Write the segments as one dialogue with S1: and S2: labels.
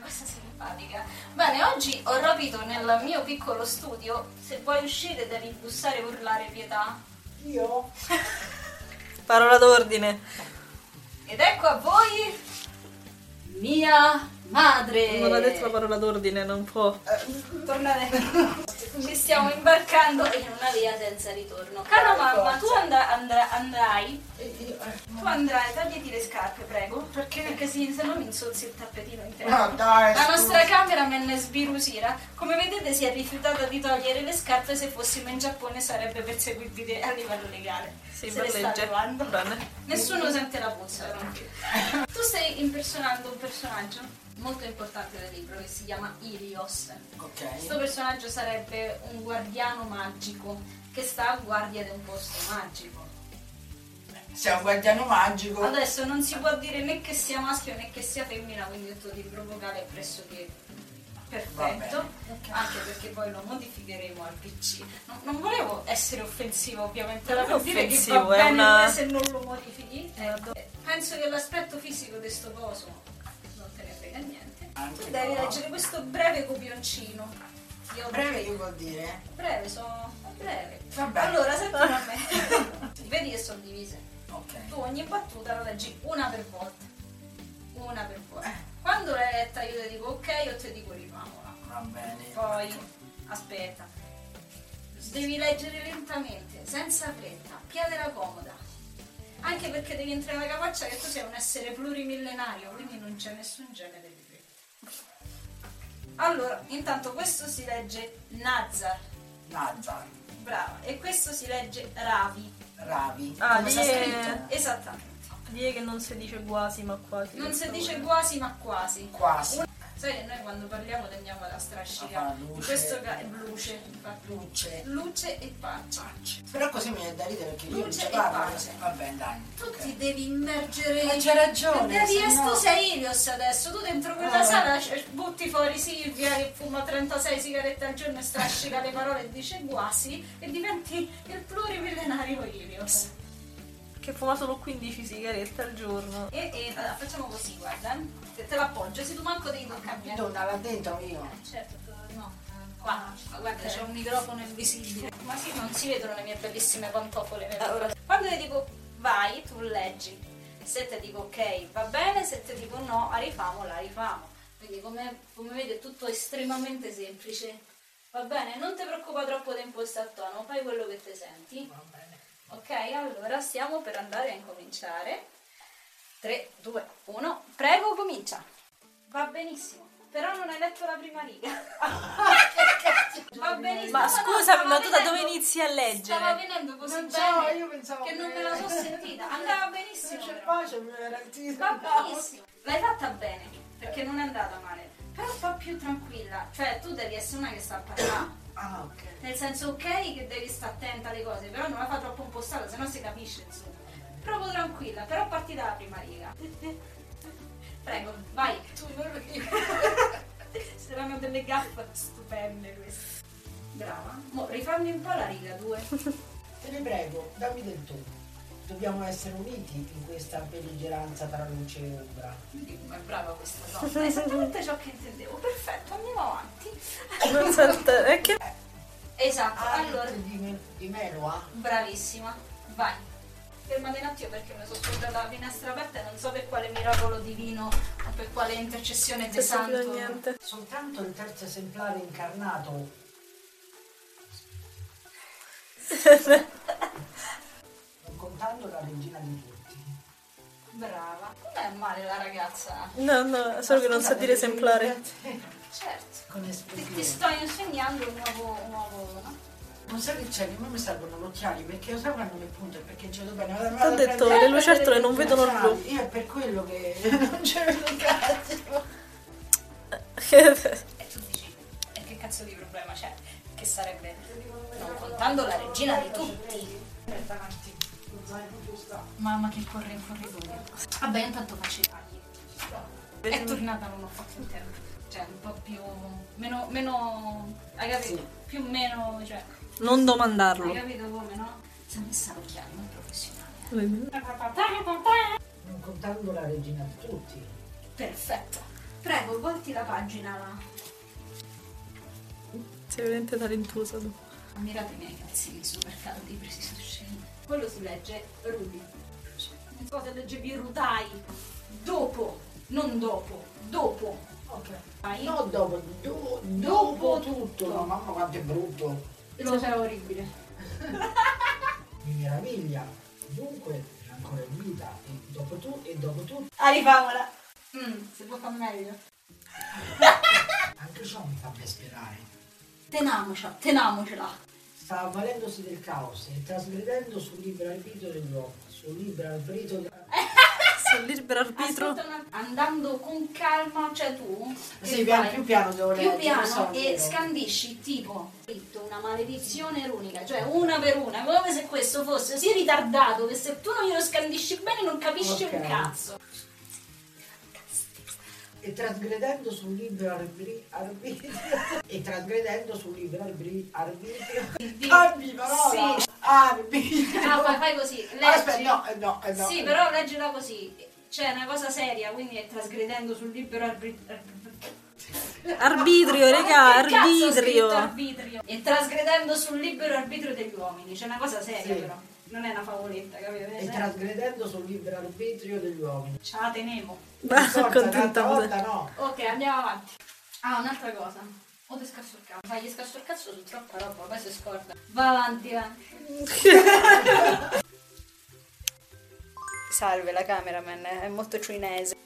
S1: questa simpatica. Bene, oggi ho rapito nel mio piccolo studio, se vuoi uscire devi bussare e urlare pietà.
S2: Io?
S3: Parola d'ordine.
S1: Ed ecco a voi mia madre.
S3: Non ha detto la parola d'ordine, non può.
S1: Tornare. Ci stiamo imbarcando in una via senza ritorno. Cara mamma, tu andra- andra- andrai.
S2: E io? eh,
S1: Tu andrai, tagliati le scarpe, prego. Perché? Perché sì, se no mi insulzi il tappetino in
S2: Ma
S1: terra.
S2: Ah, dai,
S1: La
S2: scusa.
S1: nostra cameraman sbirusira. Come vedete si è rifiutata di togliere le scarpe se fossimo in Giappone sarebbe perseguibile a livello legale.
S3: Sì,
S1: se
S3: per
S1: ne sta
S3: legge.
S1: trovando.
S3: Bene.
S1: Nessuno sente la puzza, tranquillo. Tu stai impersonando un personaggio molto importante del libro che si chiama Ilios. Questo
S2: Ok.
S1: personaggio sarebbe un guardiano magico che sta a guardia di un posto magico.
S2: Sei un guardiano magico.
S1: Adesso non si può dire né che sia maschio né che sia femmina, quindi il tuo libro vocale è pressoché perfetto,
S2: Va
S1: anche perché poi lo modificheremo al PC. Non, non volevo essere offensivo ovviamente,
S3: Non
S1: era
S3: è
S1: per dire che va
S3: offensivo, è
S1: bene
S3: una-
S1: se non lo modifichi. Ecco. Penso che l'aspetto fisico di sto coso non te ne frega niente.
S2: Anche
S1: tu devi
S2: no.
S1: leggere questo breve copioncino. Io
S2: Breve che vuol dire?
S1: breve, sono è breve.
S2: Vabbè.
S1: Allora, senti a me. Vedi che sono divise.
S2: Ok.
S1: Tu ogni battuta la leggi una per volta. Una per volta. Quando l'hai letta io ti dico ok, io ti dico rifamola.
S2: Va bene.
S1: Poi aspetta. Devi leggere lentamente, senza fretta, piedra comoda. Anche perché devi entrare nella capaccia che tu sei un essere plurimillenario, quindi non c'è nessun genere di fretta. Allora, intanto questo si legge Nazar,
S2: Nazar,
S1: brava, e questo si legge Ravi.
S2: Ravi.
S3: Ah,
S2: Come sta
S3: lì è-
S2: scritto?
S1: Esattamente.
S3: Dire che non si dice quasi, ma quasi.
S1: Non si
S3: questa
S1: dice
S3: volta.
S1: quasi ma quasi.
S2: Quasi.
S1: Sai che noi quando parliamo tendiamo alla
S2: A
S1: strascica.
S2: fare Ah, luce.
S1: In questo caso è luce, infatti.
S2: Luce.
S1: Luce e pace.
S2: Pace. Però così mi è da ridere perché io non
S1: Luce
S2: ci
S1: e
S2: parlo.
S1: pace.
S2: Va bene, dai.
S1: Tu
S2: ok.
S1: ti devi immergere.
S2: Ma c'è ragione,
S1: Devi
S2: se no-
S1: tu sei Ilios adesso. Tu dentro quella
S2: Ah.
S1: sala c- eh, butti fuori Silvia che fuma 36 sigarette al giorno e strascica le parole e dice quasi e diventi il plurimillenario Ilios.
S3: Che fuma solo 15 sigarette al giorno.
S1: E, e allora, facciamo così, guarda. eh. Te, te l'appoggio, se tu manco devi eh. cambiare.
S2: Madonna, là dentro io.
S1: Certo, no. Qua, guarda, c'è un microfono invisibile. Ma sì, non si vedono le mie bellissime pantofole. nel- Quando ti dico vai, tu leggi. Se ti dico ok, va bene, se ti dico no, rifamo, la rifamo. Quindi come, come vedi è tutto estremamente semplice. Va bene, non ti preoccupa troppo di impostare il tono, fai quello che ti senti.
S2: Va bene.
S1: Ok, allora stiamo per andare a incominciare. 3, 2, 1, prego comincia. Va benissimo, però non hai letto la prima riga. Va benissimo.
S3: Ma
S1: no, no,
S3: scusami,
S1: stava
S3: ma tu da dove
S1: venendo-
S3: inizi a
S1: Stava
S3: leggere?
S1: venendo così
S2: Non so,
S1: bene
S2: io pensavo
S1: che non
S2: che- Cioè,
S1: me la so sentita. Andava benissimo.
S2: c'è
S1: però.
S2: pace, mi era il
S1: Va benissimo. L'hai fatta bene, perché non è andata male. Però un po' più tranquilla. Cioè, tu devi essere una che sta a parlare.
S2: Ah, ok.
S1: Nel senso, ok, che devi stare attenta alle cose, però non la fa troppo impostata, sennò si capisce, insomma. Proprio tranquilla, però parti dalla prima riga. Prego, vai. Tu non lo dici. Saranno delle gaffe stupende queste. Brava. Mo, rifammi un po' la riga 2.
S2: Te ne prego, dammi del tu. Dobbiamo essere uniti in questa belligeranza tra luce e ombra.
S1: Ma è brava questa donna. È esattamente ciò che intendevo. Perfetto, andiamo avanti.
S3: Non saltare. È che
S1: Esatto,
S2: Ah,
S1: allora.
S2: di, me- di Melua?
S1: Bravissima, vai. Fermate un attimo perché mi sono scordata la finestra aperta e non so per quale miracolo divino o per quale intercessione
S3: non
S1: di
S3: si
S1: santo.
S3: più niente.
S2: Soltanto il terzo esemplare incarnato. Non contando la regina di tutti.
S1: Brava. Com'è male la ragazza?
S3: No, no, solo che non sa dire
S1: eh,
S3: esemplare.
S1: Certo.
S2: Con
S1: Ti, ti
S2: espressione.
S1: sto insegnando un nuovo, un nuovo no?
S2: Non so che c'è, a me mi servono gli occhiali perché lo servono le punte e perché ce l'ho bene.
S3: Ti ho detto, le lucertole non vedono il blu.
S2: Io è per quello che non ce vedo il cazzo.
S1: E tu dici, e che cazzo di problema c'è? Che sarebbe, non contando la regina di tutti. Mamma che corre in corridoio. Vabbè, intanto faccio i tagli. È tornata, non ho fatto in tempo. Cioè, un po' più... meno... meno... hai capito?
S2: Sì.
S1: Più meno... cioè...
S3: Non
S1: hai
S3: domandarlo.
S1: capito come, no? Si è messa l'occhiale, non professionale.
S2: Non contando la regina di tutti.
S1: Perfetto. Prego, volti la pagina. ma
S3: Sei veramente talentuosa tu.
S1: Ammirate i miei calzini super caldi presi su scena. Quello si legge Rudy. Cosa leggevi Rutai? Dopo, non dopo, dopo.
S2: Ok.
S1: Vai.
S2: No, dopo, do- dopo,
S1: Dopo
S2: tutto.
S1: tutto.
S2: No, mamma quanto è brutto.
S1: Lo so, è orribile.
S2: Mi meraviglia. Dunque, era ancora in vita. E dopo tu, e dopo tu,
S1: Ah, Arrivamola. Mm, se può far meglio.
S2: anche ciò mi fa ben sperare.
S1: Tenamocela, tenamocela.
S2: Sta avvalendosi del caos e trasgredendo sul libero arbitrio dell'uomo, sul libero arbitrio della...
S3: Sul libero arbitro.
S1: Aspetta un attimo. Andando con calma, cioè tu. che
S2: Sì, piano-
S1: fai?
S2: più piano devo
S1: più
S2: leggere,
S1: piano
S2: so,
S1: e
S2: io.
S1: scandisci tipo scritto una maledizione runica, cioè una per una, come se questo fosse così ritardato che se tu non glielo scandisci bene non capisci
S2: Ok.
S1: un cazzo.
S2: e trasgredendo sul libero arbri- arbitrio e trasgredendo sul libero arbri- arbitrio
S1: Di-
S2: cambi parola
S1: Sì.
S2: arbitrio
S1: Ah, fai, fai così, leggi.
S2: aspetta no eh, no eh, no
S1: Sì, però leggila così. C'è una cosa seria, quindi è trasgredendo sul libero arbitrio.
S3: Arbitrio, raga, arbitrio.
S1: arbitrio. E trasgredendo sul libero arbitrio degli uomini. C'è una cosa seria
S2: Sì.
S1: però. Non è una favoletta, capito? Cioè,
S2: e trasgredendo sul libero arbitrio degli uomini
S1: Ce la tenevo.
S3: Ma
S2: Forza, un'altra
S3: contenta.
S2: volta no
S1: Ok, andiamo avanti. Ah, un'altra cosa. O ti scasso il cazzo. Fai, gli scasso il cazzo su troppa roba, poi si scorda. Va avanti, va. Salve la cameraman, è molto cinese.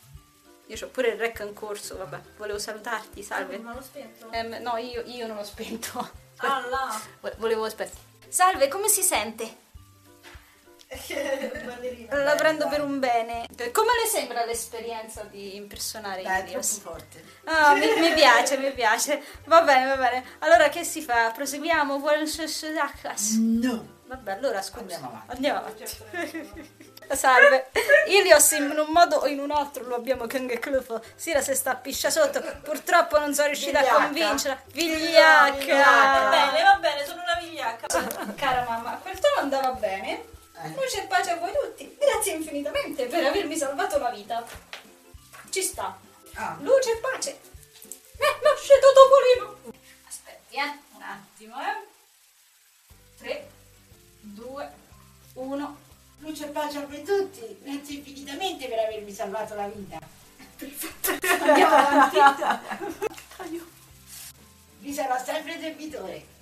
S1: Io ho pure il rec in corso, vabbè, volevo salutarti, salve.
S3: lo spento.
S1: Ehm, no, io, io non l'ho spento.
S3: Ah là.
S1: Vo- Volevo aspetta. Salve, come si sente? La prendo per un bene. Come le sembra l'esperienza di impersonare Ilias?
S2: Eh, forte
S1: Ah, mi, mi piace, mi piace. Va bene, va bene. Allora che si fa? Proseguiamo? Vuole il sesso d'acas?
S2: no
S1: Vabbè, allora scusa.
S2: Andiamo avanti.
S1: Andiamo avanti. Salve. Ilios in un modo o in un altro lo abbiamo Kung Clufo. Sira se sta a piscia sotto. Purtroppo non sono riuscita a
S2: Vigliacca.
S1: convincerla.
S2: Vigliacca.
S1: Vigliacca.
S3: Bene, va bene, sono una vigliacca.
S1: Cara mamma, quel tono andava bene.
S2: Eh.
S1: Luce e pace a voi tutti. Grazie infinitamente per avermi salvato la vita. Ci sta.
S2: ah
S1: Luce e pace. Eh, nascito Topolino. Aspetti, eh, un attimo, eh. 3, 2, 1.
S2: luce e pace a voi tutti grazie infinitamente per avermi salvato la vita
S1: Andiamo avanti.
S2: vi sarò sempre debitore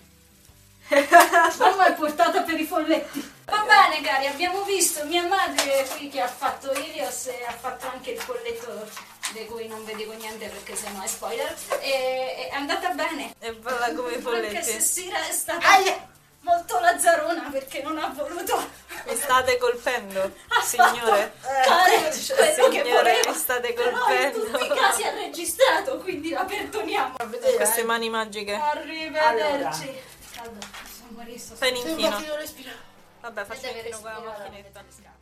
S1: Mamma è portata per i folletti. Va bene cari, abbiamo visto mia madre qui che ha fatto Ilios e ha fatto anche il folletto di cui non vi dico niente perché sennò è spoiler. E, è andata bene.
S3: E parla come i
S1: Anche se
S3: folletti.
S1: Sira è stata
S2: Aia!
S1: molto lazzarona perché non ha voluto
S3: Mi state colpendo, signore.
S1: fare quello che
S3: signore,
S1: Ah, voleva.
S3: mi state
S1: Però in
S3: colpendo.
S1: tutti i casi ha registrato, quindi la perdoniamo. eh.
S2: Eh,
S3: Queste mani magiche.
S1: Arrivederci. Caldo, sono morista.
S3: Fai un
S2: Sei un
S3: inchino.
S2: pochino respirato
S3: Vabbè,
S1: Vedete
S3: faccio un
S1: che
S3: inchino con la
S1: respirare.
S3: macchinetta.